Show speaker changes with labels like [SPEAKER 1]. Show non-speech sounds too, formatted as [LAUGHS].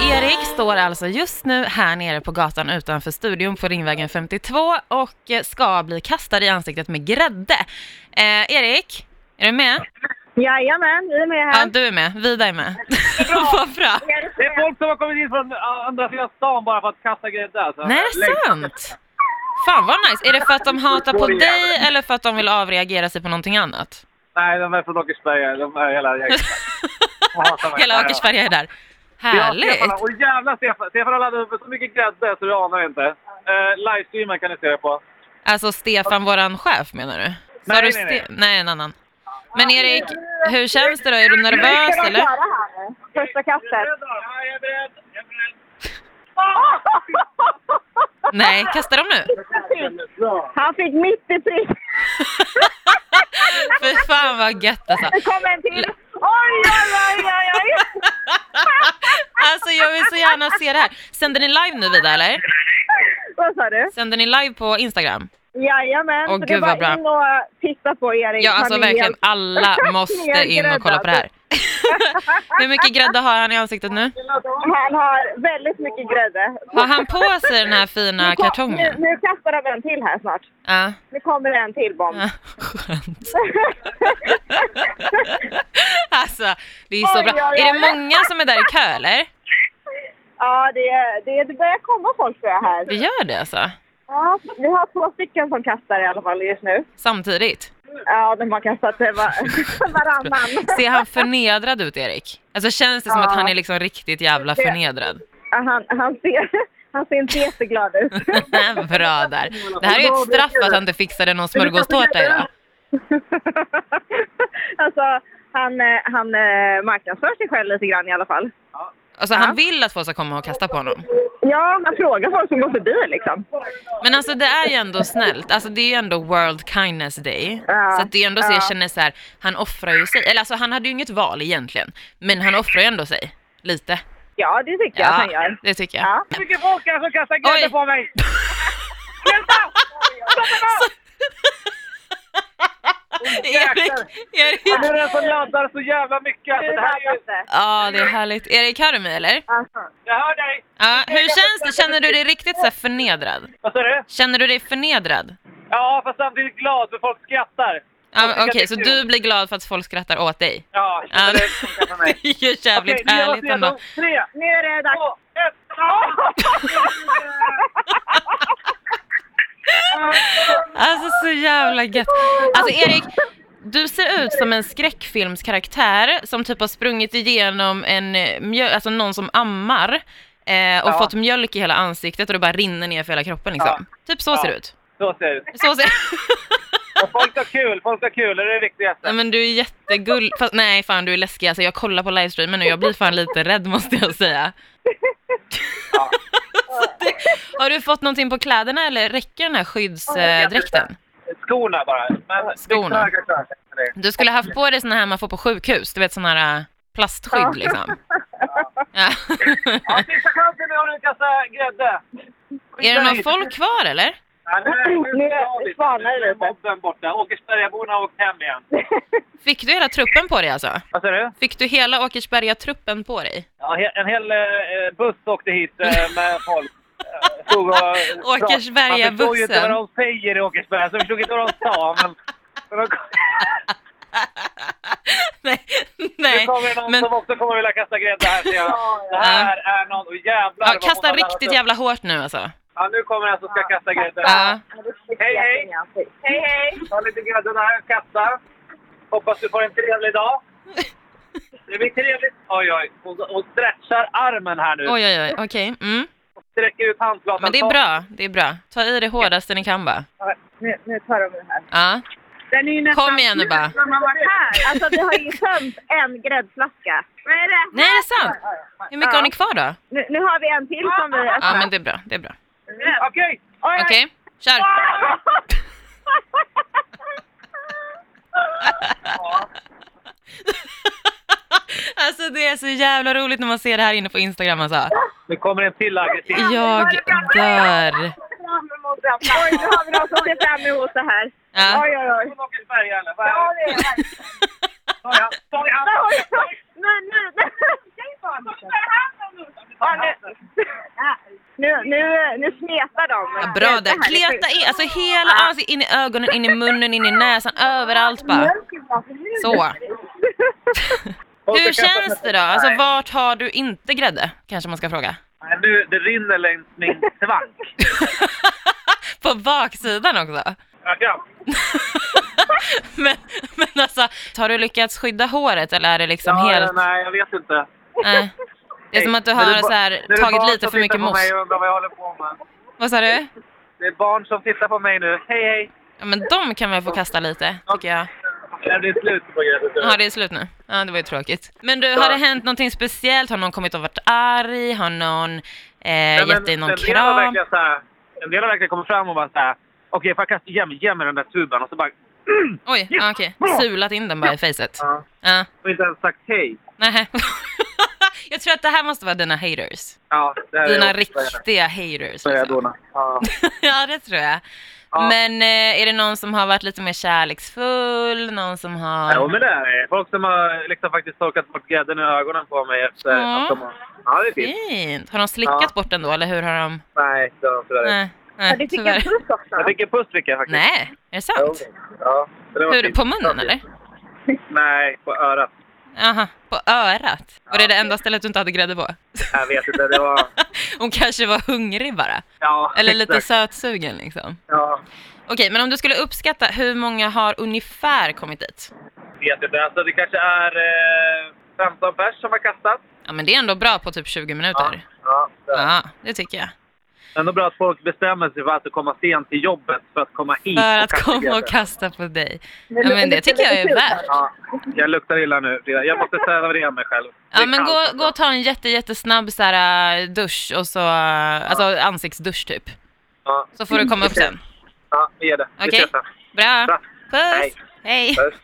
[SPEAKER 1] Erik står alltså just nu här nere på gatan utanför studion på Ringvägen 52 och eh, ska bli kastad i ansiktet med grädde. Eh, Erik, är du med?
[SPEAKER 2] Jajamän, vi är med
[SPEAKER 1] Ja,
[SPEAKER 2] här.
[SPEAKER 1] du är med. Vida är med. [LAUGHS] Vad bra.
[SPEAKER 3] Det är folk som har kommit in från andra sidan stan bara för att kasta grädde alltså.
[SPEAKER 1] Nej, är det sant? Fan vad nice. Är det för att de hatar på dig eller för att de vill avreagera sig på någonting annat?
[SPEAKER 3] Nej, de är från Åkersberga. De är hela gänget.
[SPEAKER 1] [LAUGHS] Hela Åkersberga är där.
[SPEAKER 3] Ja,
[SPEAKER 1] Härligt.
[SPEAKER 3] Stefan, och jävla Stefan, Stefan har laddat upp så mycket grädde så du anar inte. Uh, Livestreamen kan ni se det på.
[SPEAKER 1] Alltså Stefan, våran chef menar du? Sa
[SPEAKER 3] Nej,
[SPEAKER 1] du
[SPEAKER 3] nej, nej.
[SPEAKER 1] Ste- nej, en annan. Men Erik, hur känns det då? Är du nervös eller?
[SPEAKER 2] Första
[SPEAKER 1] [LAUGHS]
[SPEAKER 2] kastet.
[SPEAKER 3] Ja, jag är beredd. Jag är beredd.
[SPEAKER 1] Nej, kasta dem nu.
[SPEAKER 2] Han fick mitt i prick.
[SPEAKER 1] Fy fan vad gött alltså.
[SPEAKER 2] Det kom en till. Oj, oj, oj, oj,
[SPEAKER 1] [LAUGHS]
[SPEAKER 2] oj.
[SPEAKER 1] Alltså jag vill så gärna se det här. Sänder ni live nu Vida eller?
[SPEAKER 2] Vad sa du?
[SPEAKER 1] Sänder ni live på Instagram?
[SPEAKER 2] Jajamän.
[SPEAKER 1] Åh,
[SPEAKER 2] så det
[SPEAKER 1] gud,
[SPEAKER 2] är
[SPEAKER 1] vad
[SPEAKER 2] bara
[SPEAKER 1] bra.
[SPEAKER 2] in och titta på Erik.
[SPEAKER 1] Ja alltså
[SPEAKER 2] Han är
[SPEAKER 1] verkligen,
[SPEAKER 2] helt- [LAUGHS]
[SPEAKER 1] alla måste in och kolla på det här. [LAUGHS] Hur mycket grädde har han i ansiktet nu?
[SPEAKER 2] Han har väldigt mycket grädde.
[SPEAKER 1] Har han på sig den här fina
[SPEAKER 2] Nu kom- Nu,
[SPEAKER 1] kartongen?
[SPEAKER 2] nu kastar de en till här snart.
[SPEAKER 1] Ja.
[SPEAKER 2] Nu kommer det en till bomb.
[SPEAKER 1] Ja,
[SPEAKER 2] [LAUGHS]
[SPEAKER 1] Skönt. Alltså, det är så
[SPEAKER 2] Oj,
[SPEAKER 1] bra.
[SPEAKER 2] oj,
[SPEAKER 1] Är
[SPEAKER 2] oj.
[SPEAKER 1] det många som är där i kö eller?
[SPEAKER 2] Ja, det, är- det, är- det börjar komma folk tror jag här.
[SPEAKER 1] Det gör det alltså?
[SPEAKER 2] Ja, vi har två stycken som kastar i alla fall just nu.
[SPEAKER 1] Samtidigt?
[SPEAKER 2] Ja, de har kastat eh, var, [LAUGHS] varannan.
[SPEAKER 1] Ser han förnedrad ut Erik? Alltså känns det som
[SPEAKER 2] Ja.
[SPEAKER 1] att han är liksom riktigt jävla
[SPEAKER 2] Det-
[SPEAKER 1] förnedrad? [LAUGHS]
[SPEAKER 2] Ja, Han, han, ser, han ser inte jätteglad ut.
[SPEAKER 1] Bra där. Det här är ju ett straff att han inte fixade någon smörgåstårta idag.
[SPEAKER 2] [LAUGHS] alltså, han, eh, han eh, marknadsför sig själv lite grann i alla fall.
[SPEAKER 1] Alltså han vill att folk ska komma och kasta på honom.
[SPEAKER 2] Ja, han frågar folk som går förbi liksom.
[SPEAKER 1] Men alltså det är ju ändå snällt. Alltså det är ju ändå World Kindness Day.
[SPEAKER 2] Ja,
[SPEAKER 1] Så att det är ändå så jag
[SPEAKER 2] ja.
[SPEAKER 1] känner så här, han offrar ju sig. Eller alltså han hade ju inget val egentligen. Men han offrar ju ändå sig. Lite.
[SPEAKER 2] Ja, det tycker jag att han gör.
[SPEAKER 1] det tycker [LAUGHS] jag.
[SPEAKER 2] Ja.
[SPEAKER 3] Hur mycket folk är det som kastar grädde
[SPEAKER 1] Oj.
[SPEAKER 3] på mig?
[SPEAKER 1] [LAUGHS] Erik,
[SPEAKER 3] Det
[SPEAKER 1] Erik.
[SPEAKER 3] är den som laddar så jävla mycket. Alltså, det här är ju...
[SPEAKER 1] Ja, det är härligt. Erik, hör du mig eller?
[SPEAKER 2] Alltså,
[SPEAKER 3] Jag hör dig.
[SPEAKER 1] Ja, hur känns det? Känner du dig riktigt så här förnedrad?
[SPEAKER 3] Vad sa du?
[SPEAKER 1] Känner du dig förnedrad?
[SPEAKER 3] Ja, fast samtidigt glad för folk skrattar.
[SPEAKER 1] Ja,
[SPEAKER 3] Jag tycker
[SPEAKER 1] Okej,
[SPEAKER 3] att det är
[SPEAKER 1] så
[SPEAKER 3] kul.
[SPEAKER 1] du blir glad för att folk skrattar åt dig?
[SPEAKER 3] Ja,
[SPEAKER 1] Ja,
[SPEAKER 3] det funkar för mig.
[SPEAKER 1] [LAUGHS] det är ju jävligt
[SPEAKER 3] Okej, vi gör oss
[SPEAKER 1] härligt ändå.
[SPEAKER 3] redo. Tre,
[SPEAKER 2] nu är det dags.
[SPEAKER 3] två, ett.
[SPEAKER 1] Alltså så jävla gött. Alltså Erik, du ser ut som en skräckfilmskaraktär som typ har sprungit igenom en eh, mjö- alltså någon som ammar eh, och
[SPEAKER 3] Ja.
[SPEAKER 1] fått mjölk i hela ansiktet och det bara rinner ner för hela kroppen liksom. Typ så ser det ut.
[SPEAKER 3] [LAUGHS] Så ser det ut.
[SPEAKER 1] Så ser [LAUGHS]
[SPEAKER 3] Och Folk har kul, folk har kul. Det är det viktigaste.
[SPEAKER 1] Nej men du är jättegull... Fast, nej fan du är läskig alltså, jag kollar på livestreamen och jag blir fan lite rädd måste jag säga. Så det... Har du fått någonting på kläderna eller räcker den här skyddsdräkten?
[SPEAKER 3] Skorna bara. Men
[SPEAKER 1] Skorna.
[SPEAKER 3] byxorna kanske inte det.
[SPEAKER 1] Du skulle haft på dig såna här man får på sjukhus, du vet såna här äh, plastskydd
[SPEAKER 3] [LAUGHS]
[SPEAKER 1] liksom. Ja.
[SPEAKER 3] Ja, sista chansen nu har du kastat grädde.
[SPEAKER 1] Är det någon folk kvar eller?
[SPEAKER 3] Ja, nu är
[SPEAKER 2] Nu är- nu svalnar det
[SPEAKER 3] Nu är
[SPEAKER 2] lite.
[SPEAKER 3] mobben borta. Åkersbergaborna har åkt hem igen.
[SPEAKER 1] Fick du hela truppen på dig alltså?
[SPEAKER 3] Vad säger du?
[SPEAKER 1] Fick du hela Åkersberga-truppen på dig? [LAUGHS]
[SPEAKER 3] Ja, he- en hel eh, buss åkte hit eh, med folk. Eh, Stod och pratade. Man förstår ju inte vad
[SPEAKER 1] Åkersberga-bussen.
[SPEAKER 3] de säger i Åkersberga, så jag förstod inte vad de sa. Men, men då kom-
[SPEAKER 1] nej,
[SPEAKER 3] nu
[SPEAKER 1] nej.
[SPEAKER 3] kommer det någon
[SPEAKER 1] Men
[SPEAKER 3] som också kommer vilja kasta grädde här. ser jag. Det här är någon... Och jävlar
[SPEAKER 1] ja,
[SPEAKER 3] vad hon
[SPEAKER 1] kasta
[SPEAKER 3] har laddat
[SPEAKER 1] riktigt
[SPEAKER 3] upp.
[SPEAKER 1] jävla hårt nu alltså.
[SPEAKER 3] Ja, nu kommer en som ska kasta grädde.
[SPEAKER 1] Ja.
[SPEAKER 3] Hej, hej.
[SPEAKER 2] Hej, hej!
[SPEAKER 3] Ta lite grädde där, kasta. Hoppas du får en trevlig
[SPEAKER 1] [LAUGHS]
[SPEAKER 3] dag. Det blir trevligt. Oj, oj. Hon, hon stretchar armen här nu.
[SPEAKER 1] Oj, oj, oj. Okej. Mm.
[SPEAKER 3] Sträcker ut handflatan.
[SPEAKER 1] Men det
[SPEAKER 3] Ta-
[SPEAKER 1] är bra. Det är bra. Ta i det hårdaste ni kan bara.
[SPEAKER 2] Nu, nu tar de den här.
[SPEAKER 1] Ja.
[SPEAKER 2] Den är ju nästan
[SPEAKER 1] Kom igen nu bara.
[SPEAKER 2] slut när man var här. Alltså vi har ju tömt en gräddflaska. Vad är det?
[SPEAKER 1] Nej, det är sant. Hur mycket
[SPEAKER 2] Ja.
[SPEAKER 1] har ni kvar då?
[SPEAKER 2] Nu, nu har vi en till som vi
[SPEAKER 1] Ja,
[SPEAKER 2] [LAUGHS]
[SPEAKER 1] men det är bra. Det är bra.
[SPEAKER 2] Oj,
[SPEAKER 3] Okej!
[SPEAKER 2] oj.
[SPEAKER 1] Okej, kör. [LAUGHS] Alltså det är så jävla roligt när man ser det här inne på Instagram alltså.
[SPEAKER 3] Nu kommer en till aggressiv.
[SPEAKER 1] Jag dör.
[SPEAKER 2] Fram emot den. Oj, nu har vi någon som ser fram emot det här.
[SPEAKER 1] Ja.
[SPEAKER 2] Oj, oj, oj.
[SPEAKER 3] Från Åkersberga eller? Vad
[SPEAKER 2] Ja,
[SPEAKER 3] är det?
[SPEAKER 2] det är det.
[SPEAKER 3] Ta i hand, ta i hand.
[SPEAKER 2] Oj, oj. Nu, nu, nu. Ja, nu, nu, nu, nu smetar de.
[SPEAKER 1] Ja, bra
[SPEAKER 2] Det
[SPEAKER 1] där.
[SPEAKER 2] här är
[SPEAKER 1] Kleta
[SPEAKER 2] sjukt. Ah.
[SPEAKER 1] i, alltså hela ansiktet, in i ögonen, in i munnen, in i näsan, överallt bara.
[SPEAKER 2] Mm. alltså,
[SPEAKER 1] Så.
[SPEAKER 3] Och
[SPEAKER 1] Hur
[SPEAKER 3] så kastar
[SPEAKER 1] känns det
[SPEAKER 3] man-
[SPEAKER 1] då? Alltså vart har du inte grädde? Kanske man ska fråga.
[SPEAKER 3] Nej, nu, det rinner längs min
[SPEAKER 1] [LAUGHS]
[SPEAKER 3] svank.
[SPEAKER 1] På baksidan också. [LAUGHS]
[SPEAKER 3] Ja, ja.
[SPEAKER 1] men, men alltså, har du lyckats skydda håret eller är det liksom
[SPEAKER 3] Ja,
[SPEAKER 1] helt...
[SPEAKER 3] Nej, jag vet inte.
[SPEAKER 1] Nej. Det är som att du har så här, tagit lite för mycket
[SPEAKER 3] Det är barn som tittar på
[SPEAKER 1] mousse.
[SPEAKER 3] mig och undrar vad jag håller på med.
[SPEAKER 1] Vad sa du?
[SPEAKER 3] Det är barn som tittar på mig nu. Hej, hej!
[SPEAKER 1] Ja, men de kan väl få kasta lite, tycker jag.
[SPEAKER 3] Det blir slut på gräset.
[SPEAKER 1] Ja, det är slut nu. Ja, det var ju tråkigt. Men du, har det hänt någonting speciellt? Har någon kommit och varit arg? Har någon eh, gett dig någon
[SPEAKER 3] en Del har
[SPEAKER 1] kram?
[SPEAKER 3] verkligen så här, en del har verkligen kommit fram och bara så här. Okej, får jag kasta ge mig, ge mig den där tuben? Och så bara... [CLEARS THROAT]
[SPEAKER 1] Oj, ja, okej. Sulat in den bara i facet.
[SPEAKER 3] Ja.
[SPEAKER 1] Ja,
[SPEAKER 3] Och inte ens sagt hej.
[SPEAKER 1] nej. [LAUGHS] Jag tror att det här måste vara dina haters.
[SPEAKER 3] Ja, det här är
[SPEAKER 1] Dina
[SPEAKER 3] jag-
[SPEAKER 1] riktiga haters.
[SPEAKER 3] så är jag
[SPEAKER 1] Liksom.
[SPEAKER 3] dåna. Ja.
[SPEAKER 1] [LAUGHS] Ja, det tror jag.
[SPEAKER 3] Ja.
[SPEAKER 1] Men eh, är det någon som har varit lite mer kärleksfull? Någon som
[SPEAKER 3] Jo,
[SPEAKER 1] har...
[SPEAKER 3] men det är folk som har liksom faktiskt torkat bort grädden ur ögonen på mig efter
[SPEAKER 1] Ja.
[SPEAKER 3] att de har... Ja, det är fint.
[SPEAKER 1] Fint! Har de
[SPEAKER 3] Ja.
[SPEAKER 1] slickat bort den då, eller hur har de...
[SPEAKER 3] Nej, det har de tyvärr inte.
[SPEAKER 1] Nej,
[SPEAKER 2] Ja,
[SPEAKER 1] nej
[SPEAKER 2] du fick
[SPEAKER 1] tyvärr.
[SPEAKER 2] en puss också.
[SPEAKER 3] Jag fick en puss fick jag faktiskt.
[SPEAKER 1] Nej, är det
[SPEAKER 3] Jo,
[SPEAKER 1] sant?
[SPEAKER 3] Ja, så det var
[SPEAKER 1] Hur,
[SPEAKER 3] fint.
[SPEAKER 1] på munnen eller?
[SPEAKER 3] Nej, på örat.
[SPEAKER 1] Jaha, på örat? Var det
[SPEAKER 3] Ja.
[SPEAKER 1] det enda stället du inte hade grädde på? [LAUGHS]
[SPEAKER 3] Jag vet inte, det var...
[SPEAKER 1] Hon kanske var hungrig bara?
[SPEAKER 3] Ja,
[SPEAKER 1] [LAUGHS] Eller lite
[SPEAKER 3] exakt.
[SPEAKER 1] sötsugen liksom?
[SPEAKER 3] Ja,
[SPEAKER 1] Okej, men om du skulle uppskatta, hur många har ungefär kommit dit?
[SPEAKER 3] vet inte. Alltså det kanske är eh, 15 pers som har kastat.
[SPEAKER 1] Ja, men det är ändå bra på typ 20
[SPEAKER 3] Ja,
[SPEAKER 1] minuter.
[SPEAKER 3] ja, det är det.
[SPEAKER 1] Ja, det tycker jag.
[SPEAKER 3] Ändå bra att folk bestämmer sig för att komma sent till jobbet för att komma hit
[SPEAKER 1] För
[SPEAKER 3] och
[SPEAKER 1] att
[SPEAKER 3] kasta
[SPEAKER 1] komma och
[SPEAKER 3] grejer.
[SPEAKER 1] kasta på dig. Ja, men det tycker jag är värt.
[SPEAKER 3] Ja, jag luktar illa nu. Jag måste städa rena mig själv. Det
[SPEAKER 1] Ja
[SPEAKER 3] är
[SPEAKER 1] men
[SPEAKER 3] kallt,
[SPEAKER 1] gå,
[SPEAKER 3] alltså.
[SPEAKER 1] gå och ta en jätte, jättesnabb så här, äh, dusch och så, äh, alltså ansiktsdusch typ.
[SPEAKER 3] Ja,
[SPEAKER 1] Så får du komma upp sen.
[SPEAKER 3] ja, vi gör det. Vi
[SPEAKER 1] Okej.
[SPEAKER 3] ses sen.
[SPEAKER 1] Bra.
[SPEAKER 3] Bra.
[SPEAKER 1] Puss.
[SPEAKER 3] Hej.
[SPEAKER 1] Hej.
[SPEAKER 3] Puss.